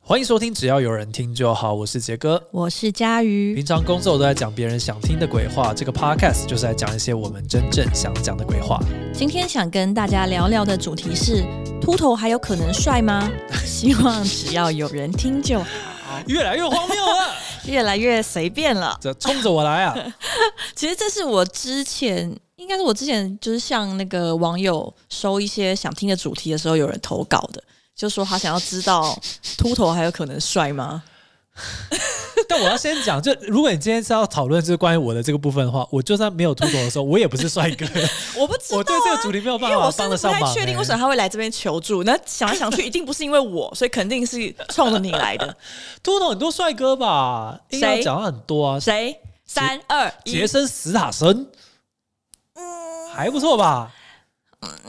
欢迎收听，只要有人听就好。我是杰哥，我是佳瑜。平常工作都在讲别人想听的鬼话，这个 podcast 就是在讲一些我们真正想讲的鬼话。今天想跟大家聊聊的主题是：秃头还有可能帅吗？ 希望只要有人听就好，越来越荒谬了，越来越随便了。 这冲着我来啊！其实这是我之前，应该是我之前就是向那个网友收一些想听的主题的时候，有人投稿的，就说他想要知道秃头还有可能帅吗？但我要先讲，就如果你今天是要讨论就是关于我的这个部分的话，我就算没有秃头的时候，我也不是帅哥， 我不知道、啊，我对这个主题没有办因为法我帮甚得至不上太忙、确定为什么欸。他会来这边求助。那想来想去，一定不是因为我，所以肯定是冲着你来的。秃头很多帅哥吧？应该谁讲到很多啊， 谁？三二一杰，森·斯塔森，还不错吧？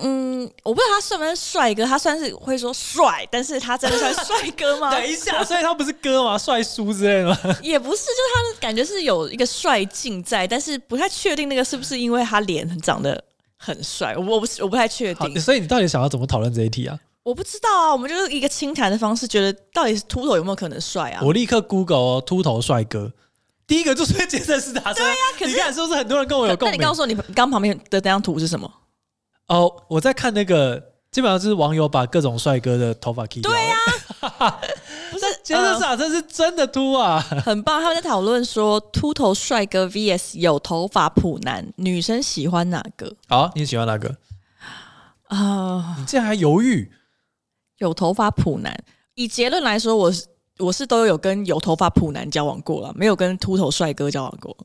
嗯，我不知道他算不算帅哥，他算是会说帅，但是他真的算帅哥 吗？等一下，所以他不是哥吗？帅叔之类的吗？也不是，就是他的感觉是有一个帅劲在，但是不太确定那个是不是因为他脸长得很帅，我我不是我不太确好，定，所以你到底想要怎么讨论这一题啊？我不知道啊，我们就是一个清谈的方式，觉得到底是秃头有没有可能帅啊？我立刻 Google 哦，秃头帅哥，第一个就是杰森·斯塔森。对呀、啊可是你看是不是很多人跟我有共那鸣你？告诉我，你刚旁边的那张图是什么？哦，我在看那个，基本上就是网友把各种帅哥的头发剃掉。啊对呀、不是杰森·斯塔呃森是真的秃啊！很棒，他们在讨论说秃头帅哥 VS 有头发普男，女生喜欢哪个好，你喜欢哪个？啊？你竟然还犹豫？有头发普男，以结论来说，我是我是都有跟有头发普男交往过了，没有跟秃头帅哥交往过。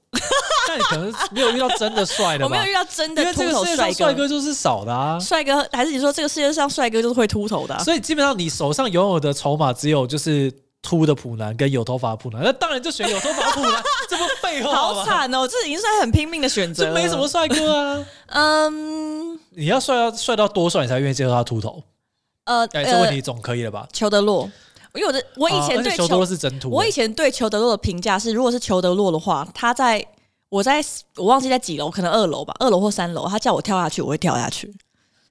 那你可能是没有遇到真的帅的我没吧有？遇到真因的为秃这头个世界上帅帅哥，哥就是少的啊。帅哥还是你说这个世界上帅哥就是会秃头的啊、所以基本上你手上拥有的筹码只有就是秃的普男跟有头发的普男，那当然就选有头发的普 男，这不废话好吗？惨哦，这已经算很拼命的选择这了。没什么，帅哥啊！嗯， 你要帅到帅到多帅，你才愿意接受他秃头？呃哎、这问呃，题总可以了吧？裘德洛，因为我的我以啊而前且对球裘、多是真秃，我以前对裘德洛的评价是，如果是裘德洛的话，他在我在我忘记在几楼，可能二楼吧，二楼或三楼，他叫我跳下去，我会跳 下去。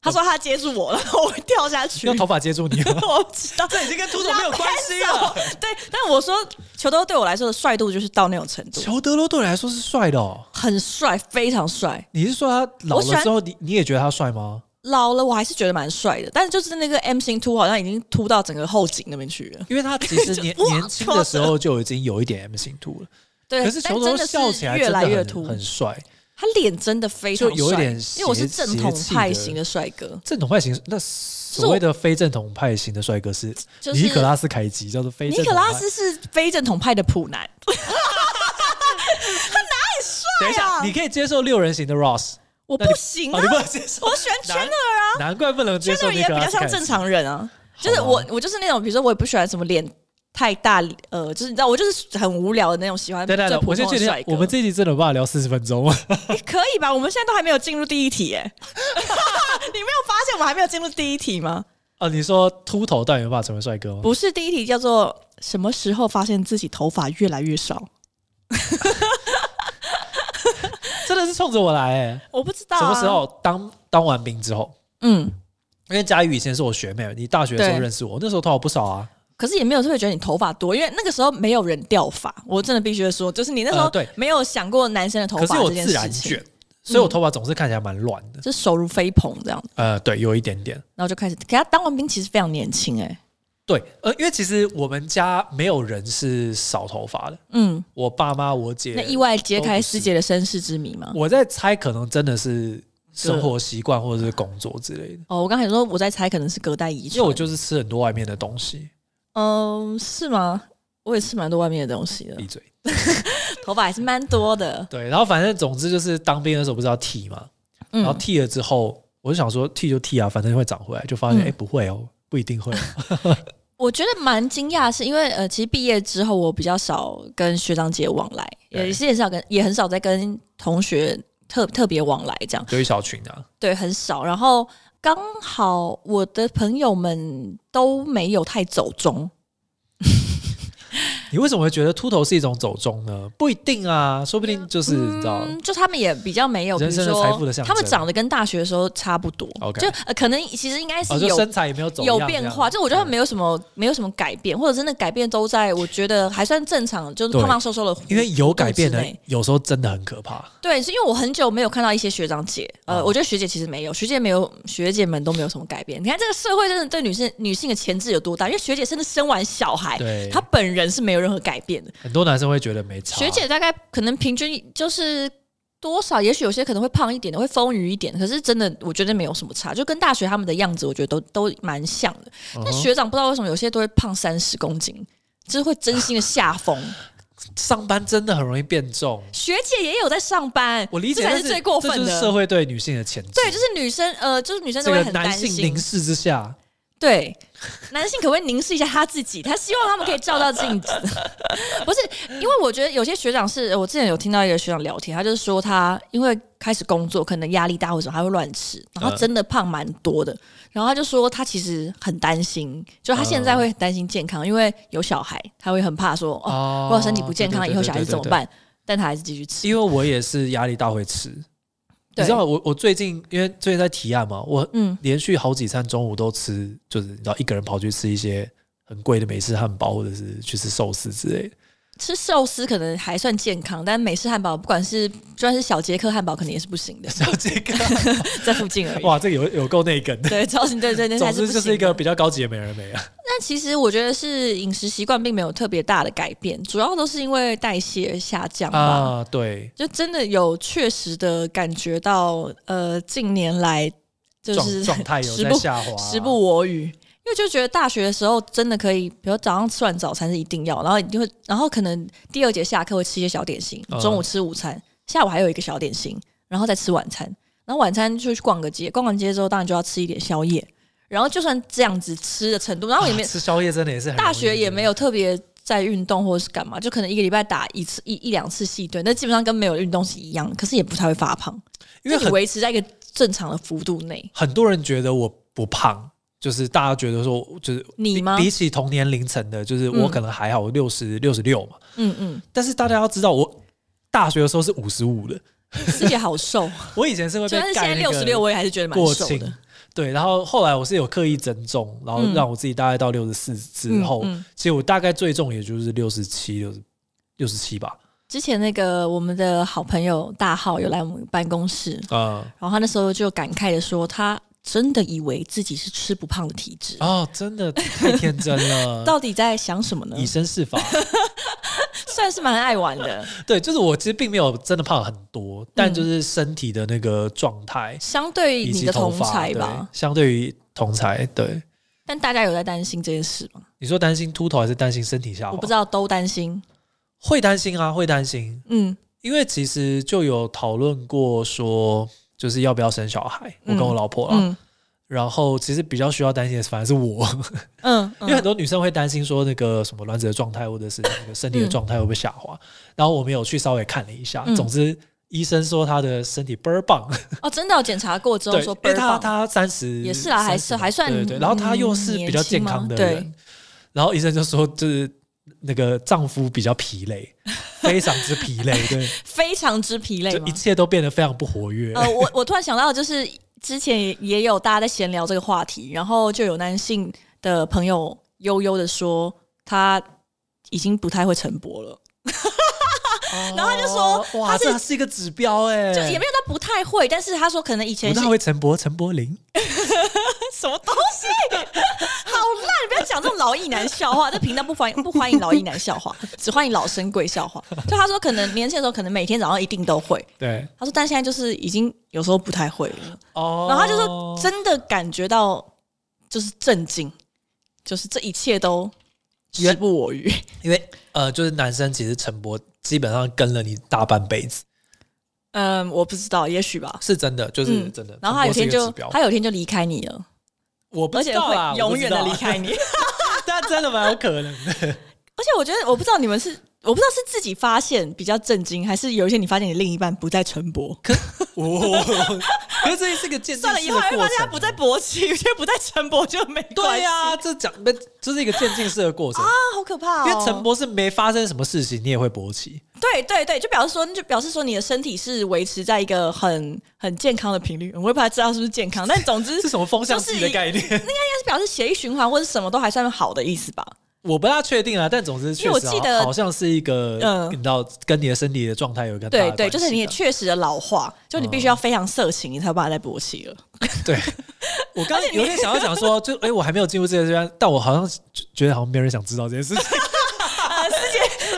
他说他接住我了，我会跳下去。用头发接住你吗，我不知道， 这已经跟秃头没有关系 啊了。对，但我说裘德洛对我来说的帅度就是到那种程度，乔德罗对你来说是帅的、哦，很帅，非常帅。你是说他老我喜了欢之后，你你也觉得他帅吗？老了我还是觉得蛮帅的，但是就是那个 M 型秃好像已经秃到整个后颈那边去了。因为他其实 年就哇年轻的时候就已经有一点 M 型秃了，对，可是但球真头的是笑起来越真的来很越秃，很帅。他脸真的非常就有一帅点因为我是邪正统邪气派的型的帅哥，正统派型，那所谓的非正统派型的帅哥是就是尼可拉斯凯奇，叫做非正尼统派可拉斯是非正统派的普男，啊等一下，你可以接受六人行的 Ross，我那你不行哦，啊你，不能接受， 我选 Chandler 啊 难怪不能接受，Chandler 尼也可比拉较斯凯像奇正常人啊，就是好吧我我就是那种，比如说我也不喜欢什么脸太大，呃，就是你知道我就是很无聊的那种，喜欢对对最对，普我先通确的定帅，哥。我们这一集真的有办法聊四十分钟吗？诶可以吧？我们现在都还没有进入第一题耶， 你没有发现我们还没有进入第一题吗？哦，你说秃头到底有办法成为帅哥吗？不是第一题叫做什么时候发现自己头发越来越少？真的是冲着我来哎、我不知道、啊、什么时？候当当完兵之后？嗯，因为佳玉以前是我学妹，你大学的时候对认识我，那时候头发不少啊。可是也没有特别觉得你头发多，因为那个时候没有人掉发，我真的必须说，就是你那时候呃对没有想过男生的头可是发我这件自然事情，卷，所以我头发总是看起来蛮乱的。就手如飞鹏这样，呃，对，有一点点。然后就开始。给他当完兵其实非常年轻哎、对，呃，因为其实我们家没有人是少头发的，嗯，我爸妈、我姐那意外揭开师姐的身世之谜吗？我在猜，可能真的是生活习惯或者是工作之类的，哦，我刚才说我在猜，可能是隔代遗传。因为我就是吃很多外面的东西。嗯，是吗？我也吃蛮多外面的东西 的闭，嘴。头发还是蛮多的。对，然后反正总之就是当兵的时候不是要剃嘛，嗯，然后剃了之后，我就想说剃就剃啊，反正会长回来，就发现哎、嗯诶不会哦，不一定会哦、我觉得蛮惊讶的是，因为呃，其实毕业之后我比较少跟学长姐往来，对也是很少跟，也很少在跟同学特特别往来这样，有一小群啊， 对，很少。然后刚好哦我的朋友们都没有太走中，你为什么会觉得秃头是一种走中呢？不一定啊，说不定就是、你知道，嗯，就他们也比较没有，比人如生的财富说的象征他们长得跟大学的时候差不多 OK 就、呃、可能其实应该是哦，就有、身材也没有走有样嗯这变样化，就我觉得他们没有什么没有什么改变，或者真的改变都在我觉得还算正常，就是对胖胖瘦瘦的弧度之因内，为有改变的，欸有时候真的很可怕。对，是因为我很久没有看到一些学长姐，呃，嗯我觉得学姐其实没有，学姐没有，学姐们都没有什么改变。你看这个社会真的对女性女性的潜质有多大？因为学姐甚至生完小孩，对，她本人是没有任何改变的。很多男生会觉得没差。学姐大概可能平均就是多少，也许有些可能会胖一点的，会丰腴一点，可是真的我觉得没有什么差，就跟大学他们的样子，我觉得都都蛮像的。嗯哼，但学长不知道为什么有些都会胖三十公斤，就是会真心的下风。 上班真的很容易变重，学姐也有在上班，我理解，这才但是最过分这就是的。社会对女性的钳制。对，就是女生，呃，就是女生这都会个很担男性心凝。视之下，对，男性可不可以凝视一下他自己？他希望他们可以照照镜子。 不是，因为我觉得有些学长是我之前有听到一个学长聊天，他就是说他因为开始工作，可能压力大或者什么，他会乱吃，然后嗯真的胖蛮多的。然后他就说他其实很担心，就他现在会很担心健康，因为有小孩，他会很怕说哦，哦如果身体不健康，以后小孩子怎么？对对对对对对办？但他还是继续吃。因为我也是压力大会吃，你对知，道我我最近因为最近在提案嘛，我嗯，连续好几餐中午都吃，就是你知道一个人跑去吃一些很贵的美式汉堡，或者是去吃寿司之 类的。，吃寿司可能还算健康，但美式汉堡，不管是就算是小杰克汉堡，肯定也是不行的小杰哥，在附近而 已。哇，这个有有够内梗的。对，超对对对，总还是之不就是一行个的。比较高级的美人美 啊。但其实我觉得是饮食习惯并没有特别大的改变，主要都是因为代谢下降吧。啊，对，就真的有确实的感觉到，呃，近年来就状是状态有食在不下滑，啊时不我与，因为就觉得大学的时候真的可以，比如早上吃完早餐是一定要，然后你就会，然后可能第二节下课会吃一些小点心嗯，中午吃午餐，下午还有一个小点心，然后再吃晚餐，然后晚餐就去逛个街，逛完街之后当然就要吃一点宵夜，然后就算这样子吃的程度，然后也没、啊吃宵夜真的也是很容易大学也没有特别。在运动或者是干嘛，就可能一个礼拜打一次一一两次细队，那基本上跟没有运动是一样的，可是也不太会发胖，因为就你很维持在一个正常的幅度内。很多人觉得我不胖，就是大家觉得说，就是你比吗比起同年龄层的，就是我嗯可能还好，我六十六十六嘛。嗯 嗯，但是大家要知道，我大学的时候是五十五的，自己好瘦。我以前是会就被算是现盖在那六个十六，我也还是觉得蛮过瘦轻的。。对，然后后来我是有刻意增重，然后嗯让我自己大概到六十四之嗯后，嗯其实我大概最重也就是六十七、六十六十七吧。之前那个我们的好朋友大浩有来我们办公室，啊、然后他那时候就感慨的说，他真的以为自己是吃不胖的体质，哦，真的太天真了， 到底在想什么呢以？身试法。算是蛮爱 玩的，对，就是我其实并没有真的胖很多，但就是身体的那个状态、相对以嗯你及的头同发，才对吧。，相对于同才，对。但大家有在担心这件事吗？你说担心秃头还是担心身体下滑？我不知道，都担心。会担心啊，会担心，嗯因为其实就有讨论过说，就是要不要生小孩。我跟我老婆啊，嗯然后其实比较需要担心的反而是我，嗯，因为很嗯多女生会担心说那个什么卵子的状态或者是那个身体的状态会不会下滑。然后我们有去稍微看了一下，嗯总之医生说她的身体倍儿棒，哦，真的有检查过之后对，说倍因为儿他棒，他三十也是啦还30是还算对对，然后他又是嗯比较健康的年轻人嘛，然后医生就说就是那个丈夫比较疲累，非常之疲累， 对，非常之疲累就吗一？切都变得非常不活跃。呃，我我突然想到，就是之前也也有大家在闲聊这个话题，然后就有男性的朋友悠悠的说，他已经不太会晨勃了，然后他就说哦哇，他是这是一个指标哎，就也没有到不太会，但是他说可能以前不是大会陈柏陈柏霖，什么东西， 好烂！不要讲这种老一男笑话，这频道不欢迎不欢迎老一男笑话，只欢迎老生贵笑话。就他说，可能年轻的时候，可能每天早上一定都会。对他说，但现在就是已经有时候不太会了。哦，然后他就说，真的感觉到就是震惊，就是这一切都时不我与。 因为呃，就是男生其实陈柏基本上跟了你大半辈子，嗯，我不知道，也许吧。是真的，就是嗯真的。然后他有一陈天柏是一个就指标他有一天就离开你了，我不而知且道啊会啦， 永远的离开你，你。而 但真的蛮有可能的。且我觉得，我不知道你们是我不知道是自己发现比较震惊，还是有一天你发现你另一半不再晨勃，哦，可是这是一个渐进算了，式以的过后还会程发啊。现他不再勃起， 有些不再晨勃就没关对啊系呀、这讲那这是一个渐进式的过程，啊，好可怕、哦！因为晨勃是没发生什么事情，你也会勃起。对对对，就表示说，就表示说你的身体是维持在一个很很健康的频率。我也不太知道是不是健康，但总之 是什么风向计的概念？但是表示血液循环或者什么都还算好的意思吧？ 我不大确定啊，但总之确因为我实记好得好像是一个，嗯你知道，跟你的身体的状态有一个很大的嗯对对，关就是你也系确实的老化，就你必须要非常色情，你才有办法再勃起了。 啊对。我刚而且你有点想要讲说，就哎、我还没有进入这个阶段，但我好像觉觉得好像没有人想知道这件事情，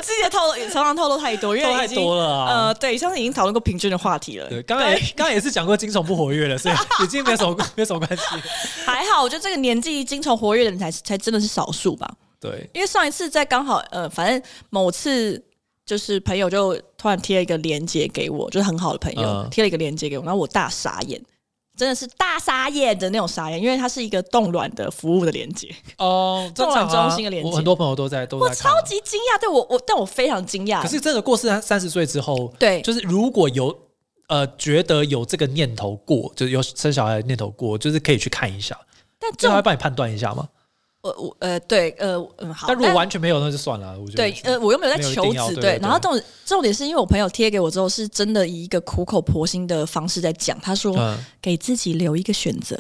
之前透露常常透露太多，因为太已经多了 啊。呃，对，上次已经讨论过平均的话题了。对，刚才刚才也是讲过精虫不活跃了，所 以已经没什么没什么关系。还好，我觉得这个年纪精虫活跃的人才才真的是少数吧。对，因为上一次在刚好呃，反正某次就是朋友就突然贴了一个链接给我，就是很好的朋友嗯贴、了一个链接给我，然后我大傻眼，真的是大傻眼的那种傻眼，因为它是一个冻卵的服务的链接，哦，正常中啊心的连接我很多朋友都在都我在看啊超级惊讶，对我我但我非常惊讶，可是真的过四三十岁之后，对就是如果有呃觉得有这个念头过，就是有生小孩的念头过，就是可以去看一下，但这这会种帮你判断一下嘛。我我呃对呃嗯好，但如果完全没有，那就算了，我觉得。对，呃，我又没有在没有一求定要子，对对然后重重点是因为我朋友贴给我之后，是真的以一个苦口婆心的方式在讲，他说、嗯，给自己留一个选择，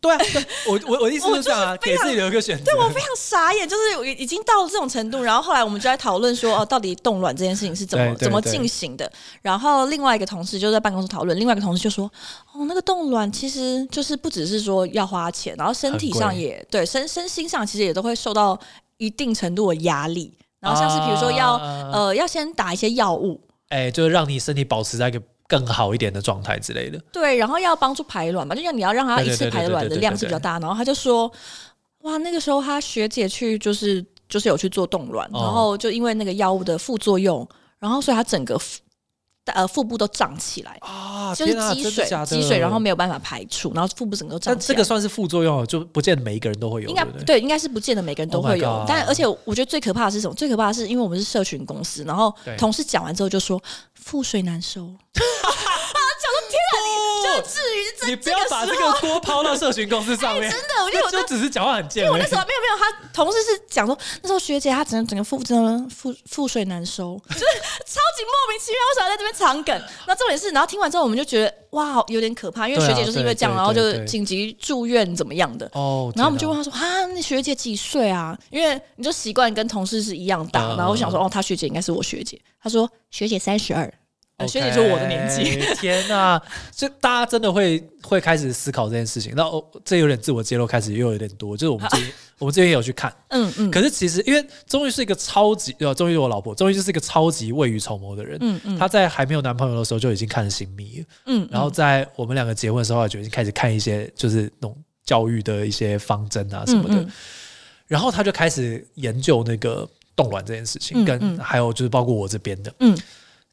对啊，对我我我的意思我是这样啊，就是非给常自己留一个选择。对哦我非常傻眼，就是我已经到了这种程度。然后后来我们就在讨论说，哦，到底冻卵这件事情是怎么对对怎么对进行的。然后另外一个同事就在办公室讨论，另外一个同事就说，哦，那个冻卵其实就是不只是说要花钱，然后身体上很贵也对身身心上其实也都会受到一定程度的压力。然后像是比如说要、啊呃要先打一些药物，哎，就是让你身体保持在一个更好一点的状态之类的。对，然后要帮助排卵嘛，就像你要让他对一对次对对排对卵对的对量对是比对较大，然后他就说，哇，那个时候他学姐去就是就是有去做冻卵，然哦后就因为那个药物的副作用，然后所以他整个腹呃腹部都胀起来，啊，就是天啊积真的水假的积水，然后没有办法排出，然后腹部整个都胀但起这来个。算是副作用哦，就不见得每一个人都会有，应该对不对？对，应该是不见得每个人都 Oh my 会有 God 但而且我觉得最可怕的是什么？最可怕的是，因为我们是社群公司，然后对同事讲完之后就说腹水难收，不至于你不要把这个锅抛到社群公司上面，真的，我觉得那我就只是讲话很贱我而已那。时候没有没有，他同事是讲说，那时候学姐她整整个腹真的腹腹水难收，就是超级莫名其妙，为什么要在这边藏梗？那重点是，然后听完之后我们就觉得哇，有点可怕，因为对啊学姐就是因为这样，对对然后就对对紧急住院怎么样的。哦，然后我们就天啊问他说：“啊，那学姐几岁啊？因为你就习惯跟同事是一样大。嗯然后我想说，哦，她学姐应该是我学姐。她说学姐三十二，呃学姐就是我的年纪。 OK，天哪、就大家真的会会开始思考这件事情。那哦这有点自我揭露，开始又有点多。就是我们这 边、我们这边也有去看，嗯嗯可是其实因为终于是一个超级呃，终于我老婆终于就是一个超级未雨绸缪的人。嗯嗯她在还没有男朋友的时候就已经看了新密了，嗯，然后在我们两个结婚的时候就已经开始看一些就是那种教育的一些方针啊什么的。嗯嗯然后她就开始研究那个冻卵这件事情，嗯嗯跟还有就是包括我这边的，嗯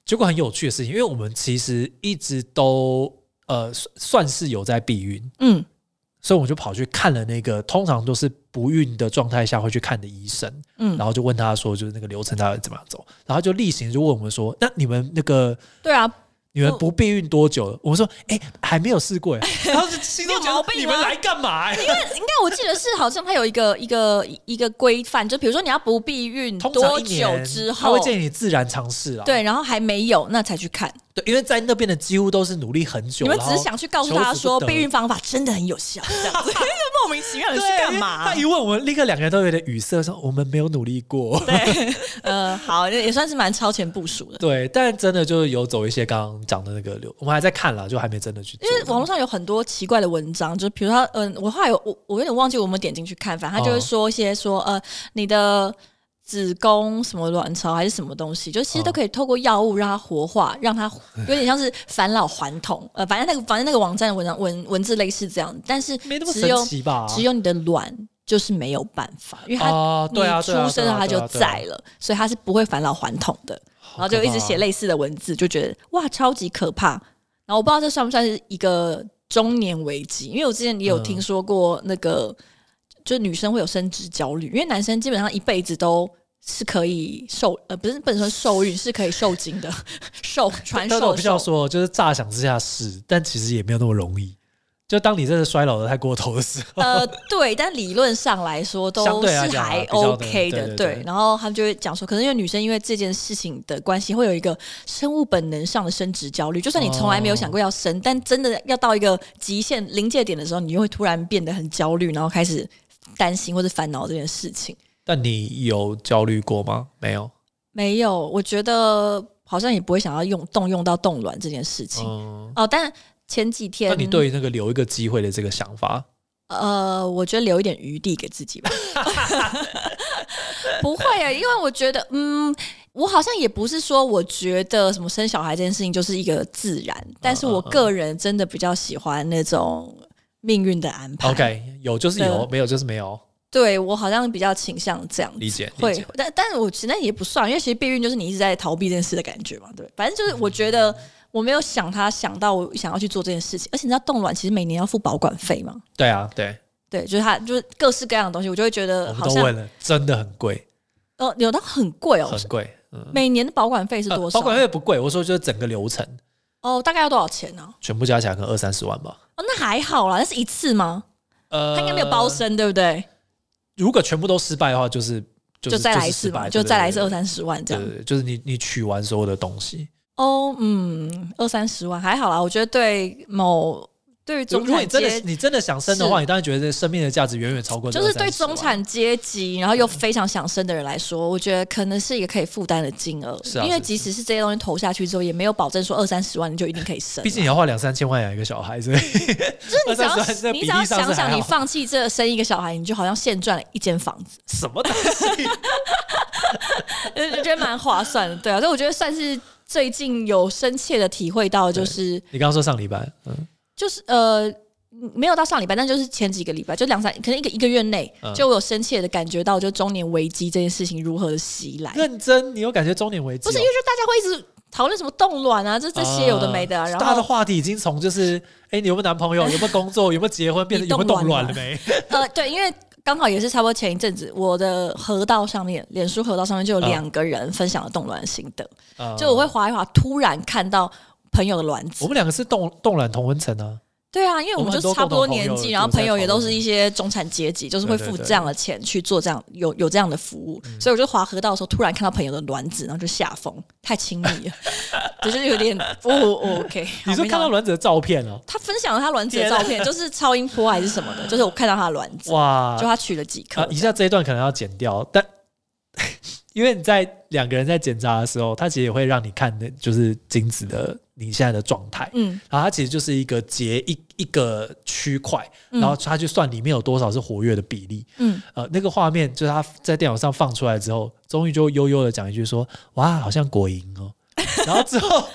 结果很有趣的事情，因为我们其实一直都呃算算是有在避孕，嗯所以我就跑去看了那个通常都是不孕的状态下会去看的医生，嗯然后就问他说，就是那个流程到底怎么样走，然后就例行就问我们说，那你们那个对啊，你们不避孕多久了？我们说，哎、还没有试过、 哎，然后就心中你有毛觉得病你们吗来干嘛、哎，应该我记得是好像它有一个一个一个规范，就比如说你要不避孕通常多一久年之他后会，建议你自然尝试啦，对，然后还没有那才去看。对，因为在那边的几乎都是努力很久，你们然只后是想去告诉大家求说之不得避孕方法真的很有效，这 样子莫名其妙的去对干因为嘛他？一问我们，立刻两个人都有点语塞，说我们没有努力过。对，呃，好，也算是蛮超前部署的。 对，但真的就是有走一些刚刚讲的那个流，我们还在看啦，就还没真的去做。因为网络上有很多奇怪的文章，就比如说，嗯、我后来有我我有点忘记我们点进去看，反正他就会哦说一些说，呃，你的子宫什么卵巢还是什么东西，就其实都哦可以透过药物让它活化，让它有点像是返老还童。呃，反正那个反正那个网站的文章文文字类似这样，但是没那么只神有奇啊吧？只有你的卵就是没有办法，因为它、啊，对啊，你出对啊生了它就在，了，所以它是不会返老还童的。然后就一直写泪。类似的文字，就觉得哇，超级可怕。然后我不知道这算不算是一个中年危机，因为我之前也有嗯听说过那个，就女生会有生殖焦虑，因为男生基本上一辈子都是可以受呃，不是不能说受孕，是可以受精的， 受传但是我授必须要受。说，就是乍想之下是，但其实也没有那么容易。就当你真的衰老的太过头的时 候，呃，对，但理论上来说都相对来是讲啊还比较的 OK 的，对对对然后他们就会讲说，可能因为女生因为这件事情的关系，会有一个生物本能上的生殖焦虑。就算你从来没有想过要生，但真的要到一个极限临界点的时候，你就会突然变得很焦虑，然后开始担心或者烦恼这件事情。但你有焦虑过吗？没有。没有，我觉得好像也不会想要用动用到冻卵这件事情。嗯，哦，但前几天，那你对于那个留一个机会的这个想法，呃，我觉得留一点余地给自己吧。 不会啊，因为我觉得，嗯，我好像也不是说我觉得什么生小孩这件事情就是一个自然，但是我个人真的比较喜欢那种命运的安排。 OK，有就是 有，没有就是没有，对我好像比较倾向这样子理解理会解。，但但是我其实那也不算，因为其实避孕就是你一直在逃避这件事的感觉嘛，对。反正就是我觉得我没有想他想到我想要去做这件事情，而且你知道冻卵其实每年要付保管费嘛，对啊，对，对，就是它就是各式各样的东西，我就会觉我得们呃好都像问了，真的很贵，呃有到很贵哦，很贵。嗯，每年的保管费是多呃少？保管费不贵，我说就是整个流程哦，大概要多少钱呢、全部加起来可能二三十万吧。哦，那还好啦，那是一次吗？呃，它应该没有包。生，对不对？如果全部都失败的话，就是就是再来一是次失败嘛，就再来一次二对三十万这对样对。对对，就是你你取完所有的东西。哦，嗯，二三十万还好啦，我觉得对某对于如中如果产你真的阶你真的想生的话，是你当然觉得生命的价值远远超过这就是对2-30万嗯中产阶级，然后又非常想生的人来说，我觉得可能是一个可以负担的金额，是啊因为是即使是这些东西投下去之后，也没有保证说二三十万你就一定可以生毕。竟你要花两三千万养一个小孩，所以就是你只二三十万这个要你比只例上要是还好想想，你放弃这生一个小孩，你就好像现赚了一间房 子，什么东西？呃就觉得蛮划算的，对啊。所以我觉得算是最近有深切的体会到，就是 你刚刚说上礼拜，嗯，就是呃。没有到上礼拜，但就是前几个礼拜，就两三，可能一个一个月内，嗯就我有深切的感觉到，就中年危机这件事情如何的袭来。认真，你有感觉中年危机哦？不是因为就大家会一直讨论什么冻卵啊，这这些有的没的、啊，啊然大家的后话题已经从就是，哎、你有没有男 朋友？有没有工作？有没有结婚？变成有没有动乱了没？呃，对，因为刚好也是差不多前一阵子，我的河道上面，脸书河道上面就有啊两个人分享了冻卵心得，啊就我会划一划，突然看到朋友的卵我子，们两个是动动卵同温层啊，对啊，因为我我们们就很多差不共多同朋友年纪，就然后朋友也都在讨是论一些中产阶级，就是对会对付对嗯这样的钱去做这样有有这样的服务，所以我就划河道的时候，突然看到朋友的卵子，然后就吓疯， 太亲密了，就是有点哦哦 OK，好你说没看想到卵子的照片哦、他分享了他卵子的照片，就是超音波还是什么的，就是我看到他的卵子，哇就！他取了几颗啊，，以下这一段可能要剪掉，但 因为你在两个人在检查的时候，他其实也会让你看的，就是精子的你现在的状态。嗯，然后它其实就是一个结一一个区块，嗯然后它去算里面有多少是活跃的比例。嗯，呃，那个画面就是他在电脑上放出来之后，终于就悠悠的讲一句说：“哇，好像果蝇哦。” 然后之后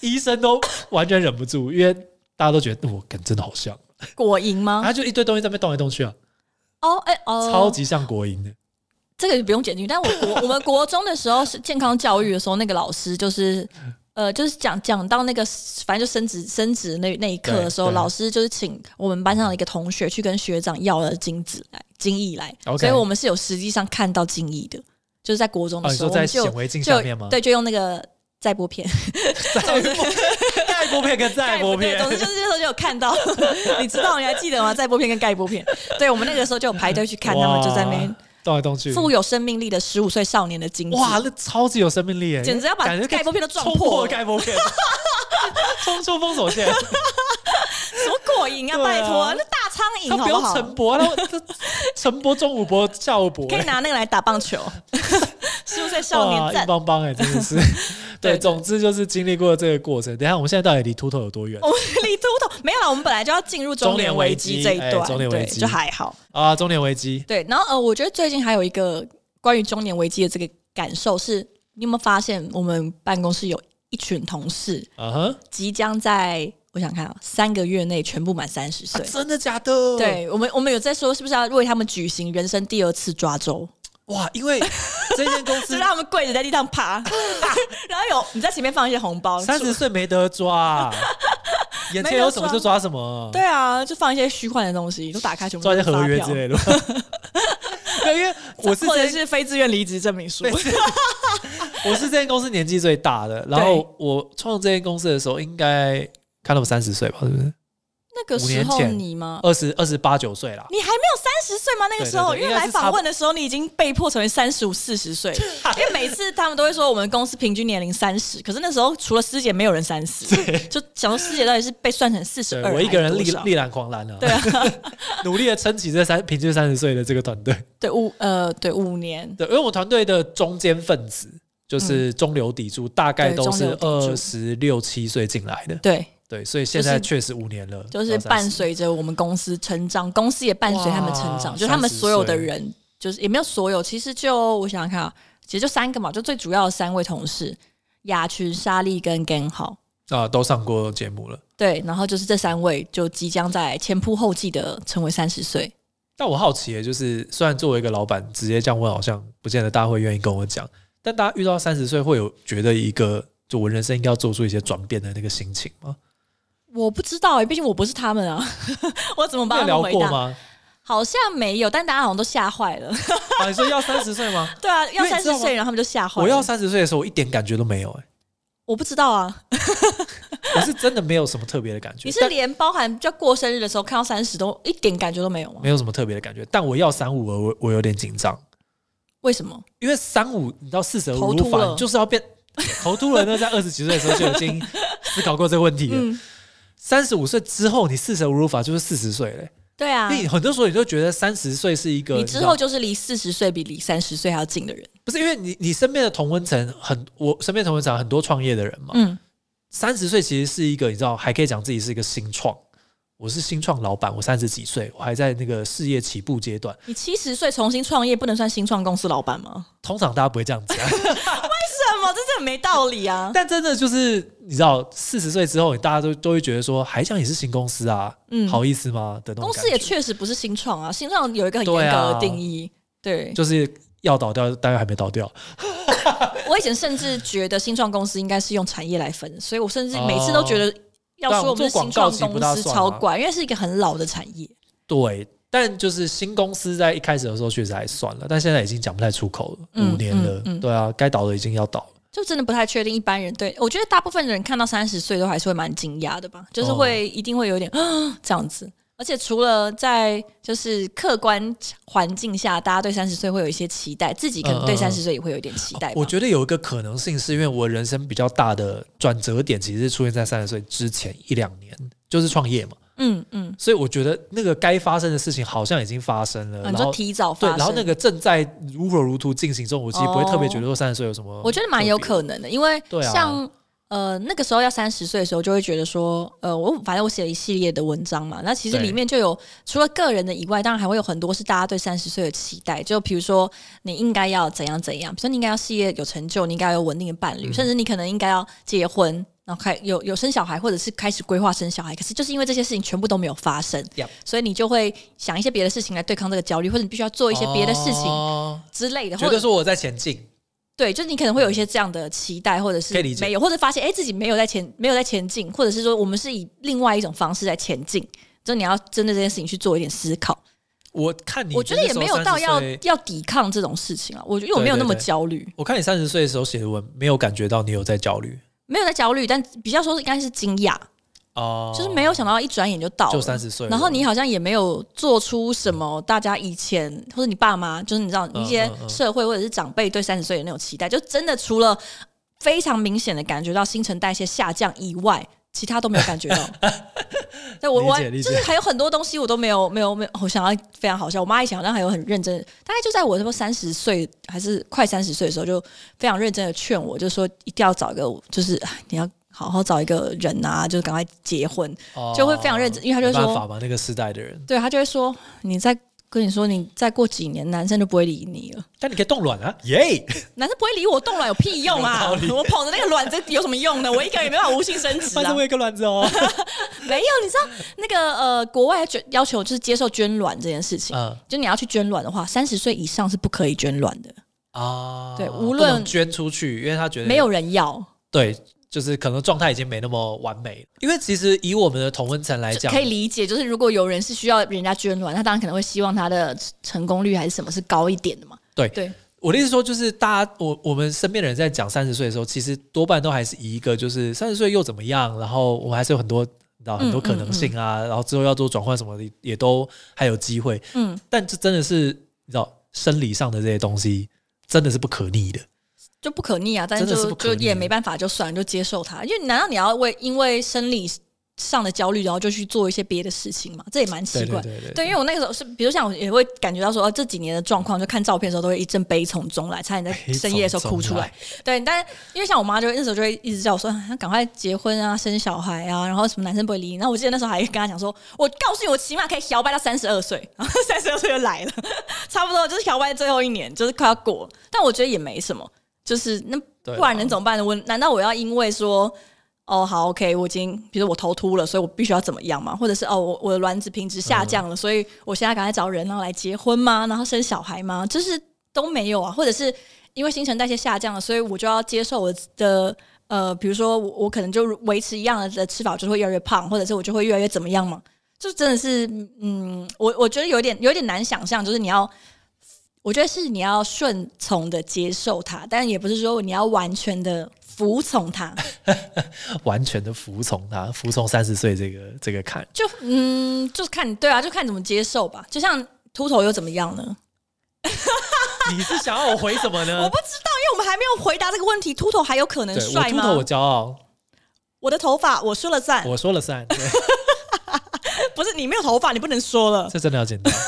医生都完全忍不住，因为大家都觉得我感真的好像，果蝇吗？他就一堆东西在那边动来动去啊，哦，哎啊哦，超级像果 蝇的。这个就不用剪进去。但我国我们国中的时候是健康教育的时候，那个老师就是。呃，就是讲讲到那个，反正就升职升职那那一刻的时候，对对老师就是请我们班上的一个同学去跟学长要了精子来精液来 OK 所以我们是有实际上看到精液的，就是在国中哦，的你时候，说我在们就显有微镜就下面吗？对，就用那个载波片，载波，载波片跟 载波 对片总。之就是那时候就有看到， 你知道你还记得吗？载波片跟盖波片，对我们那个时候就有排队去看，他们就在那边哇动来动去，富有生命力的十五岁少年的精子。哇，那超级有生命力耶，简直要把感觉可以盖波片都撞冲破破了盖波片， 冲出封锁 线。什么果蝇啊！对啊拜托，那大苍蝇他好不用好？晨勃，他他晨勃中午勃下午勃，可以拿那个来打棒球， 十五岁少欸哇，年一赞。帮帮哎，真的 是。对，对对总之就是经历过这个过程。等一下，我们现在到底离秃头有多远我们离秃头没有了，我们本来就要进入中年危机这一中年危机哎中年段，危对，机就还好。啊？中年危机，对，然后呃，我觉得最近还有一个关于中年危机的这个感受是，你有没有发现我们办公室有一群同事嗯哼，即将在我想看啊，三个月内全部满三十啊岁。真的假的？，对我们，我们有在说是不是要为他们举行人生第二次抓周，哇，因为这间公 就司让他们跪着在地上爬，然后有你在前面放一些红包，三十岁没得 抓，眼前有什么就抓什么，对啊，就放一些虚幻的东西，都打开全部抓一都些是合发约 票之类的吧。对，因为我是或者这是非自愿离职证明书对。我是这间公司年纪最大的，然后我创这间公司的时候应该看到我三十岁吧，是不是？那个五时年候前你吗？二十二十八九岁啦，你还没有三十岁吗？那个时候，对对对因为应该来是访问的时候，你已经被迫成为三十五、四十岁。因为每次他们都会说我们公司平均年龄三十，可是那时候除了师姐，没有人三十，就想说师姐到底是被算成四十对二，我一个人还力是多少力挽狂澜啊，对啊， 努力的撑起这三平均三十岁的这个团队。对五呃对五年， 对，因为我团队的中间分子就是中流砥柱，大概对都是中流砥柱二十六七岁进来的，对，对，所以现在确实五年了，就是到30伴随着我们公司成长，公司也伴随他们成长，哇就他们30所有的岁人，就是也没有所有，其实就我想想看啊，其实就三个嘛，就最主要的三位同事，雅群、莎莉跟 Gan 好。啊都上过节目了。对，然后就是这三位就即将在前仆后继的成为三十岁。但我好奇耶，就是虽然作为一个老板直接这样问，好像不见得大家会愿意跟我讲，但大家遇到三十岁会有觉得一个就我人生应该要做出一些转变的那个心情吗？我不知道哎、毕竟我不是他们啊， 我怎么帮有他们聊回过答？吗？好像没有，但大家好像都吓坏了。啊，你说要三十岁吗？对啊，要因为三你知道十吗岁，然后他们就吓坏了。我要三十岁的时候，我一点感觉都没有、欸，我不知道啊，我是真的没有什么特别的感觉。 你是但连包含就过生日的时候看到三十都一点感觉都没有吗没？有什么特别的感觉，但我要三五，我我有点紧张，为什么？因为三五你知道四舍头五秃入法，了你就是要变头秃了。那在二十几岁的时候就已经思考过这个问题了。嗯，三十五岁之后，你四舍五入法就是四十岁嘞。对啊，因为很多时候你就觉得三十岁是一个，你知之道后就是离四十岁比离三十岁还要近的人。不是因为你你身边的同温层很，我身边同温层很多创业的人嘛，嗯，三十岁其实是一个你知道还可以讲自己是一个新创，我是新创老板，我三十几岁，我还在那个事业起步阶段，你七十岁重新创业，不能算新创公司老板吗？通常大家不会这样讲，啊什么？这真的很没道理啊！ 但真的就是你知道四十岁之后，你大家都都会觉得说还讲你是新公司啊，嗯好意思吗 的那种感公觉，司也确实不是新创啊，新创有一个很严对啊格的定义。对，就是要倒掉，大概还没倒掉，我以前甚至觉得新创公司应该是用产业来分，所以我甚至每次都觉得要对啊哦说我我们们是做新广告创其实不大公司算啊超怪，因为是一个很老的产业。对，但就是新公司在一开始的时候确实还算了，但现在已经讲不太出口了，嗯五年了，嗯嗯对啊，该倒的已经要倒了。就真的不太确定一般人对我觉得大部分人看到三十岁都还是会蛮惊讶的吧，哦就是会、一定会有点 这样子。而且除了在就是客观环境下，大家对三十岁会有一些期待，自己可能嗯嗯对嗯三十岁也会有一点期待吧。我觉得有一个可能性，是因为我人生比较大的转折点，其实是出现在三十岁之前一两年，就是创业嘛，嗯嗯，所以我觉得那个该发生的事情好像已经发生了，啊呃然你说后。提早发对，生，然后那个正在如火如荼进行中，我其实不会特别觉得说三十岁有什嗯么特别、我觉得蛮有可能的，因为对啊像、呃那个时候要三十岁的时候，就会觉得说，呃，我反正我写了一系列的文章嘛，那其实对里面就有除了个人的以外，当然还会有很多是大家对三十岁的期待，就比如说你应该要怎样怎样，比如说你应该要事业有成就，你应该要有稳定的伴嗯侣，甚至你可能应该要结婚。然后开有有生小孩，或者是开始规划生小孩，可是就是因为这些事情全部都没有发生 Yep 所以你就会想一些别的事情来对抗这个焦虑，或者你必须要做一些别的事情哦之类的，或觉者得说我在前进，对，就是你可能会有一些这样的期待，或者嗯是可以理解没有，或者发现哎、诶自己没有在前没有在前进，或者是说我们是以另外一种方式在前进，就你要针对这件事情去做一点思考。我看你，我觉得也没有到要30岁要抵抗这种事情啊，我觉得因为我没有那么对对对焦虑，我看你三十岁的时候写的文，没有感觉到你有在焦虑没有在焦虑，但比较说应该是惊讶，哦，就是没有想到一转眼就到了，就三十岁了，然后你好像也没有做出什么大家以前或者你爸妈，就是你知道嗯一些嗯嗯社会或者是长辈对三十岁的那种期待，就真的除了非常明显的感觉到新陈代谢下降以外。其他都没有感觉 到，对我我理解理就解是还有很多东西我都没有没有没有，我想要非常好笑。我妈以前好像还有很认真，大概就在我差不多三十岁还是快三十岁的时候，就非常认真的劝我，就说一定要找一个，就是哎你要好好找一个人啊，就是赶快结婚。哦就会非常认真因为他就会说没办法嘛，那个时代的人，对他就会说，你再跟你说，你再过几年，男生就不会理你了。但你可以冻卵啊，耶！男生不会理我，冻卵有屁用啊！有道理我捧着那个卵子有什么用呢？我一个人也没办法无性生殖 反啊正我。有个卵子 哦，没有，你知道那个呃，国外捐要求就是接受捐卵这件事情，嗯就你要去捐卵的话，三十岁以上是不可以捐卵的，啊， 对无论不能捐出去，因为他觉得哦没有人要，对，就是可能状态已经没那么完美，因为其实以我们的同温层来就讲，可以理解。就是如果有人是需要人家捐卵，他当然可能会希望他的成功率还是什么是高一点的嘛。对对，我的意思说，就是大家我我们身边的人在讲三十岁的时候，其实多半都还是以一个就是三十岁又怎么样，然后我们还是有很多你知嗯道很多可能性啊，然后之后要做转换什么的也都还有机会，嗯，但这真的是你知道生理上的这些东西真的是不可逆的，就不可逆啊，但是真的就是不可就逆也没办法，就算了，就接受它。因为难道你要为因为生理上的焦虑，然后就去做一些别的事情吗？这也蛮奇对怪对。对 对对，因为我那个时候是，比如像我也会感觉到说，哦，这几年的状况，就看照片的时候都会一阵悲从中来，差点哎在深夜的时候哭出来。，对，但是因为像我妈就会那时候就会一直叫我说，啊赶快结婚啊，生小孩啊，然后什么男生不会理你。那我记得那时候还跟她讲说，我告诉你，我起码可以摇摆到三十二岁，然后三十二岁就来了， 差不多就是摇摆最后一年，就是快要过了。但我觉得也没什么，就是那对啊不然能怎么办呢？我难道我要因为说？哦，好，OK，我已经，比如说我头秃了，所以我必须要怎么样嘛？或者是哦，我我的卵子品质下降了，所以我现在赶快找人然后啊来结婚吗？然后生小孩吗？就是都没有啊，或者是因为新陈代谢下降了，所以我就要接受我的呃，比如说我我可能就维持一样的吃法，我就会越来越胖，或者是我就会越来越怎么样嘛？就真的是，嗯，我我觉得有点有点难想象，就是你要，我觉得是你要顺从的接受它，但也不是说你要完全的服从它。 完全的服从他，服从三十岁这个这个坎。就嗯，就看对啊，就看你怎么接受吧。就像秃头又怎么样呢？因你是想要我回什么呃呢？为我们还没有回答这个问题，秃头还有可能对我帅秃头，吗我？骄傲，我的头发，我说了算，我说了算，对 不是你没有头发，你不能说了。这真的要剪掉，为什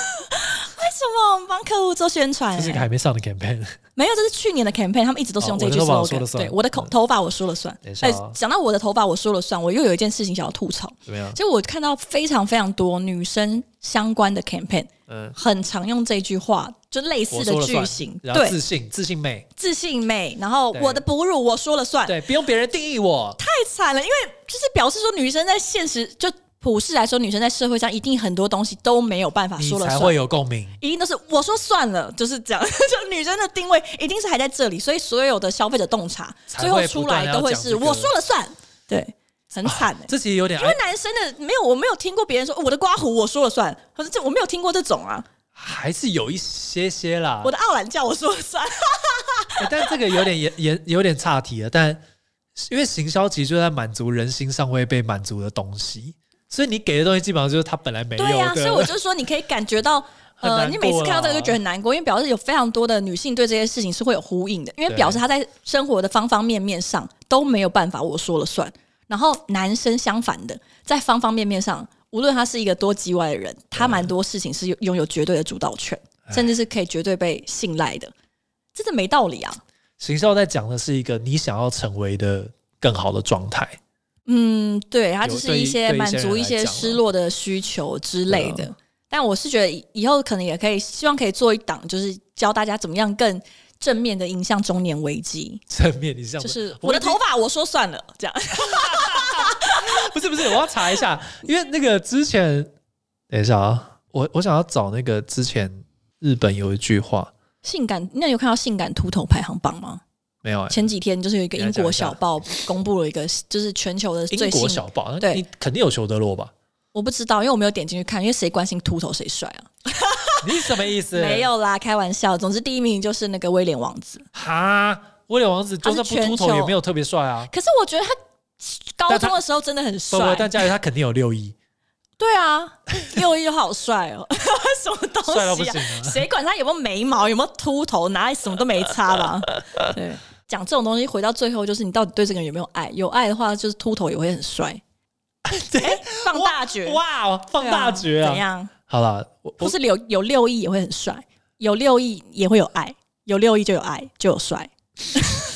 么我们帮客户做宣传、这是一个欸？还没上的 campaign。没有，这是去年的 campaign，他们一直都是用哦这句我的头发我 slogan、说了算对，我的口头发我说了算。等一下哎、哦讲到我的头发我说了算，我又有一件事情想要吐槽，怎么样？就我看到非常非常多女生相关的 campaign，嗯，很常用这句话，就类似我的说了句算型，，然后对，自信，自信妹，自信美，然后对我的哺乳我说了算，对，不用别人定义我，太惨了，因为就是表示说女生在现实就普世来说，女生在社会上一定很多东西都没有办法你说了才算，会有共鸣。一定都是我说算了，就是这样。 就女生的定位一定是还在这里，所以所有的消费者洞察才最后会出不断来地都会要讲是这个啊我说了算，对，很惨哎、这其实有点因为男生的没有，我没有听过别人说哦我的刮胡我说了算，可是这我没有听过这种啊，还是有一些些啦我，的傲懒叫我说了算，欸但这个有点严严有点岔题了。但因为行销其实就在满足人心尚未被满足的东西，所以你给的东西基本上就是他本来没有对呀、的。所以我就说你可以感觉到。 很难过啊呃，你每次看到这个啦就觉得很难过，因为表示有非常多的女性对这些事情是会有呼应的，因为对表示她在生活的方方面面上都没有办法我说了算。然后男生相反的，在方方面面上，无论他是一个多叽歪的人，他蛮多事情是有拥有绝对的主导权，哎甚至是可以绝对被信赖的，真的没道理啊。行销在讲的是一个你想要成为的更好的状态。 嗯，对，它有只是对一于些对于一满些人足一来些讲失啊落的需求之类对啊的。但我是觉得以以后可能也可以，希望可以做一档，就是教大家怎么样更正面的迎向中年危机。正面，你这样子就是我我的头发，我说算了，这样。啊不是不是，我要查一 下，因为那个之前，等一下啊，我我想要找那个之前日本有一句话性感，那你有看到性感秃头排行榜吗？没有、欸？前几天就是有一个你来英讲国一下小报公布了一个，就是全球的英最国新。小报，那对你肯定有裘德洛吧？我不知道，因为我没有点进去看，因为谁关心秃头谁帅啊？你什么意思？没有啦，开玩笑。总之第一名就是那个威廉王子，哈，威廉王子就算不秃头也没有特别帅啊。可是我觉得他高但他中的时候真的很不帅。不，但家里他肯定有六一，对啊，六一好帅哦， 什么东帅到不西、啊行？啊！谁管他有没有眉毛，有没有秃头，哪里什么都没差 吧？对，讲这种东西，回到最后就是你到底对这个人有没有爱？有爱的话，就是秃头也会 很帅。哎，放大绝，哇，放大绝对啊啊！怎样？好了，我不我是有有六亿也会很帅，有六亿也会有爱，有六亿就有爱，就有帅。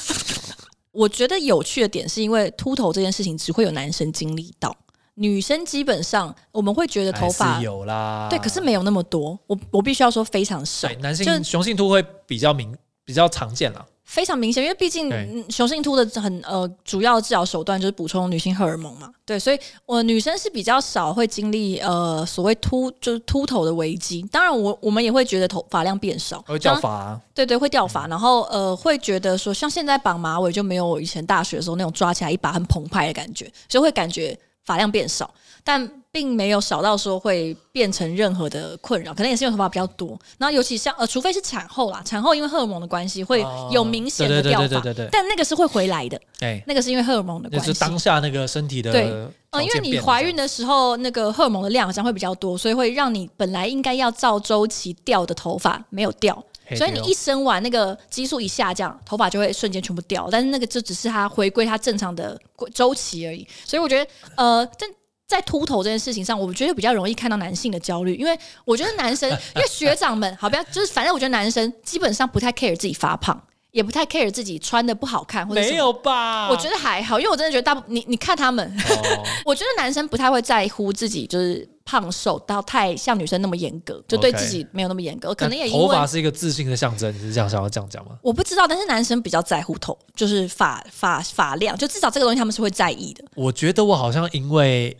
我觉得有趣的点是因为秃头这件事情只会有男生经历到，女生基本上我们会觉得头还发是有啦，对，可是没有那么多。我我必须要说非常少对，男就性雄性秃会比较明，比较常见啦。非常明显，因为毕竟对嗯雄性秃的很呃主要治疗手段就是补充女性荷尔蒙嘛。对，所以我、女生是比较少会经历呃所谓秃就是秃头的危机。当然我，我们也会觉得头发量变少，会叫当法啊，对对，会掉发，然后呃，会觉得说，像现在绑马尾就没有我以前大学的时候那种抓起来一把很澎湃的感觉，所以会感觉发量变少，但并没有少到说会变成任何的困扰，可能也是因为头发比较多。然后尤其像呃，除非是产后啦，产后因为荷尔蒙的关系会哦有明显对的对掉对发，对对对对，但那个是会回来的，哎，那个是因为荷尔蒙的那关是系。当下那个身体的对条呃，因为件你变怀了孕的时候，那个荷尔蒙的量好像会比较多，所以会让你本来应该要照周期掉的头发没有掉，嘿所以你对哦一生完那个激素一下降，头发就会瞬间全部掉，但是那个就只是它回归它正常的规周期而已。所以我觉得，呃，但在秃头这件事情上，我觉得比较容易看到男性的焦虑，因为我觉得 男生，因为学长们，好不要，就是反正我觉得男生基本上不太 care 自己发胖，也不太 care 自己穿的不好看或者什没么。有啊吧？我觉得还好，因为我真的觉得大部你你看他们， 哦，我觉得男生不太会在乎自己就是胖瘦到太像女生那么严格，就对 OK 自己没有那么严格，可能也但因头为发是一个自信的象征，你是这样想要这样讲吗？我不知道，但是男生比较在乎头，就是发发发量，就至少这个东西他们是会在意的。我觉得我好像因为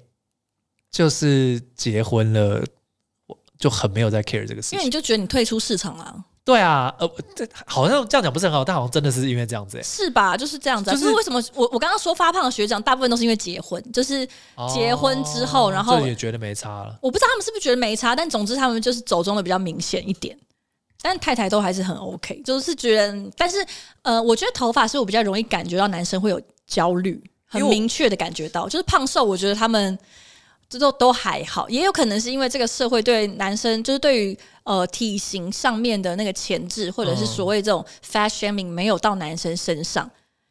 就是结婚了，我就很没有在 care 这个事因为情你。就觉得你退出市场了，对啊，呃，这好像这样讲不是很好，但好像真的是因为这样子、欸。是吧？就是这样子、啊。就就是是为什么我我刚刚说发胖的学长，大部分都是因为结婚，就是结婚之后哦然后这也觉得没差了。我不知道他们是不是觉得没差，但总之他们就是走中的比较明显一点。但太太都还是很 OK，就是觉得，但是呃，我觉得头发是我比较容易感觉到男生会有焦虑，很因为我明确的感觉到，就是胖瘦，我觉得他们这都都还好，也有可能是因为这个社会对男生就是对于呃体型上面的那个前置，或者是嗯所谓这种 fat shaming 没有到男生身上，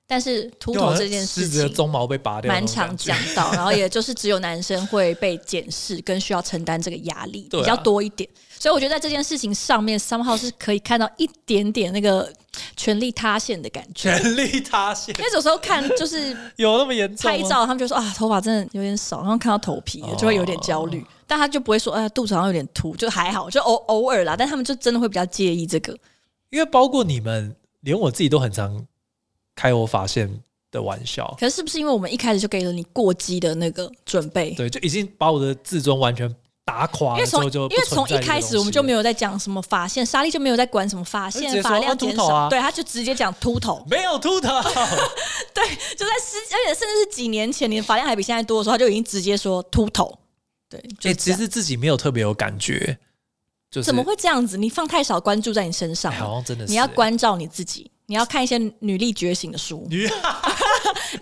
但是秃头这件事狮子的情，鬃毛被拔掉，蛮常讲。到，然后也就是只有男生会被检视跟需要承担这个压力对啊比较多一点，所以我觉得在这件事情上面，somehow 是可以看到一点点那个权力塌陷的感觉。 权力塌陷因为有时候看就是有那么严重吗拍？照，他们就说啊，头发真的有点少，然后看到头皮哦就会有点焦虑，但他就不会说啊，肚子好像有点凸，就还好，就偶偶尔啦，但他们就真的会比较介意这个。因为包括你们，连我自己都很常开我发线的玩笑。可是是不是因为我们一开始就给了你过激的那个准备？对，就已经把我的自尊完全打垮了，因为之从后就因为从一开始我们就没有有在讲什么发线，莎莉就没有在管什么发她就直接线、说发啊量秃减头少，啊对，他就直接讲 秃头，没有秃头，就在十，而且甚至是几年前，你的发量还比现在多的时候，他就已经直接说秃头，对， 就哎、是这其样、实自己没有特别有感觉，就是怎么会这样子？你放太少关注在你身上哎、好了，像真的是你要关照你自己，你要看一些女力觉醒的书，女，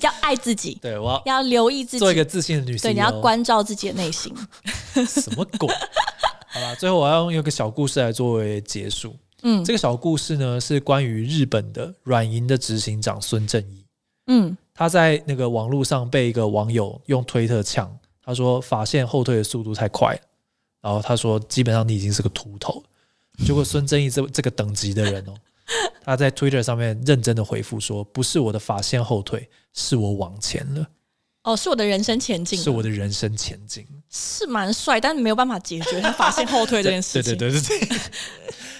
要爱自己，对我要要留意自做一己，个自哦信的女性，对，你要关照自己的内心。什么鬼？好啦，最后我要用一个小故事来作为结束。嗯这个小故事呢，是关于日本的软银的执行长孙正义。嗯，他在那个网络上被一个网友用推特呛，他说法线后退的速度太快了，然后他说基本上你已经是个秃头了。结果孙正义这这个等级的人哦，他在 Twitter 上面认真的回复说，不是我的法线后退，是我往前了，哦，是我的人生前进，啊是我的人生前进。是蛮帅，但没有办法解决他发现后退这件事 情。对对对对对。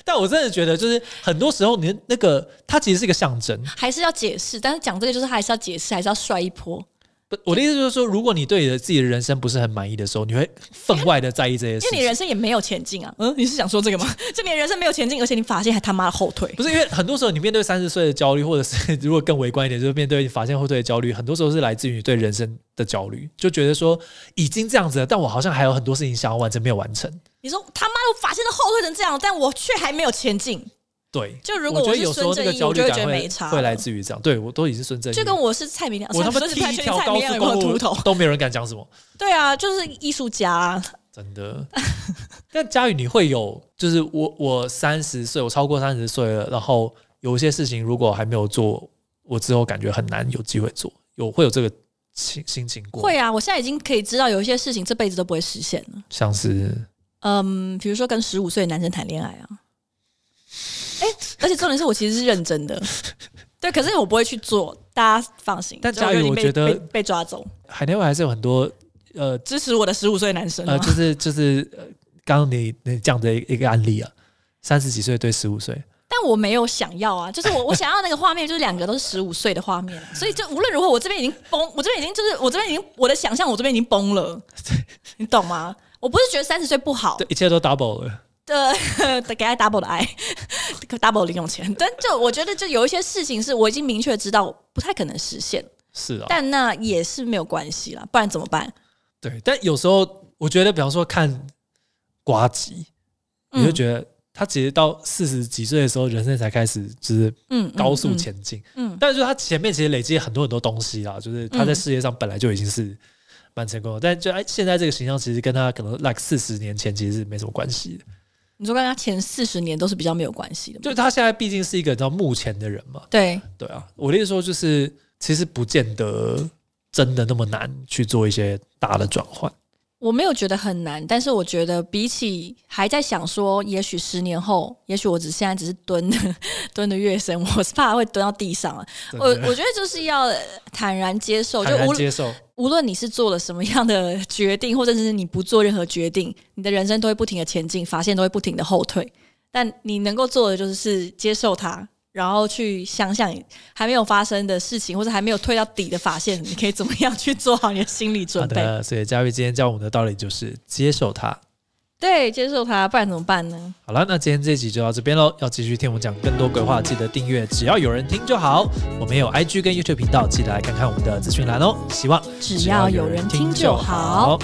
但我真的觉得，就是很多时候你那个它其实是一个象征。还是要解释，但是讲这个就是还是要解释，还是要帅一波。不我的意思就是说，如果你对你的自己的人生不是很满意的时候，你会分外的在意这些事因为情你。人生也没有前进啊，嗯，你是想说这个吗？ 就你的人生没有前进，而且你发现还他妈的后退，不是因为很多时候你面对三十岁的焦虑，或者是如果更微观一点，就是面对发现后退的焦虑，很多时候是来自于你对人生的焦虑，就觉得说已经这样子了，但我好像还有很多事情想要完成没有完成。你说他妈的我发现了后退成这样，但我却还没有前进。对，就如果我觉我得是有时候孙那正个义，焦我虑就会感觉得没会差了，会来自于这样，对我都已经孙正义了，就跟我是蔡明亮，我他妈虽然踢不是蔡一明条亮蔡高明亮速有公个路秃头， 都没有人敢讲什么。对啊，就是艺术家啊，真的。 但佳宇，你会有就是我我三十岁，我超过三十岁了，然后有一些事情如果还没有做，我之后感觉很难有机会做，有会有这个心心情过，会啊，我现在已经可以知道有一些事情这辈子都不会实现了。像是嗯，比如说跟十五岁的男生谈恋爱啊，哎、而且重点是我其实是认 真的，对，可是我不会去做，大家放心。但就佳宇有点我被觉得被被抓走，海内外还是有很多呃支持我的十五岁男生啊吗、呃，就是就是呃，刚刚你你讲的一个案例啊，三十几岁对十五岁，但我没有想要啊，就是我我想要那个画面，就是两个都是十五岁的画面，啊 所以就无论如何，我这边已经崩，我这边已经就是我这边已经我的想象，我这边已经 崩了，你懂吗？我不是觉得三十岁不好对，，一切都 double 了。的 给他 double 的爱，double 零用钱。但就我觉得，就有一些事情是我已经明确知道不太可能实现，是啊、但那也是没有关系啦，不然怎么办？对，但有时候我觉得，比方说看瓜吉，你会嗯觉得他其实到四十几岁的时候，人生才开始就是嗯高速，前进。嗯嗯但是就他前面其实累积很多很多东西啦，就是他在事业上本来就已经是蛮成功的，但就哎现在这个形象其实跟他可能 like 四十年前其实是没什么关系的，你说跟他前四十年都是比较没有关系的吗，就是他现在毕竟是一个你知道目前的人嘛，对，对啊，我的意思说就是其实不见得真的那么难去做一些大的转换，我没有觉得很难，但是我觉得比起还在想说，也许十年后，也许我只现在只是蹲蹲的越深，我是怕会蹲到地上了。啊真我的我觉得就是要坦然接受，哦就坦然无接受，无论你是做了什么样的决定，或者是你不做任何决定，你的人生都会不停的前进，发现都会不停的后退。但你能够做的就是接受它，然后去想想还没有发生的事情，或者还没有退到底的发现，你可以怎么样去做好你的心理好准备。的，所以嘉瑞今天教我们的道理就是接受它。对，接受它，不然怎么办呢？好了，那今天这集就到这边喽。要继续听我们讲更多鬼话，记得订阅，只要有人听就好。我们也有 IG 跟 YouTube 频道，记得来看看我们的资讯栏哦。希望只要有人听就好。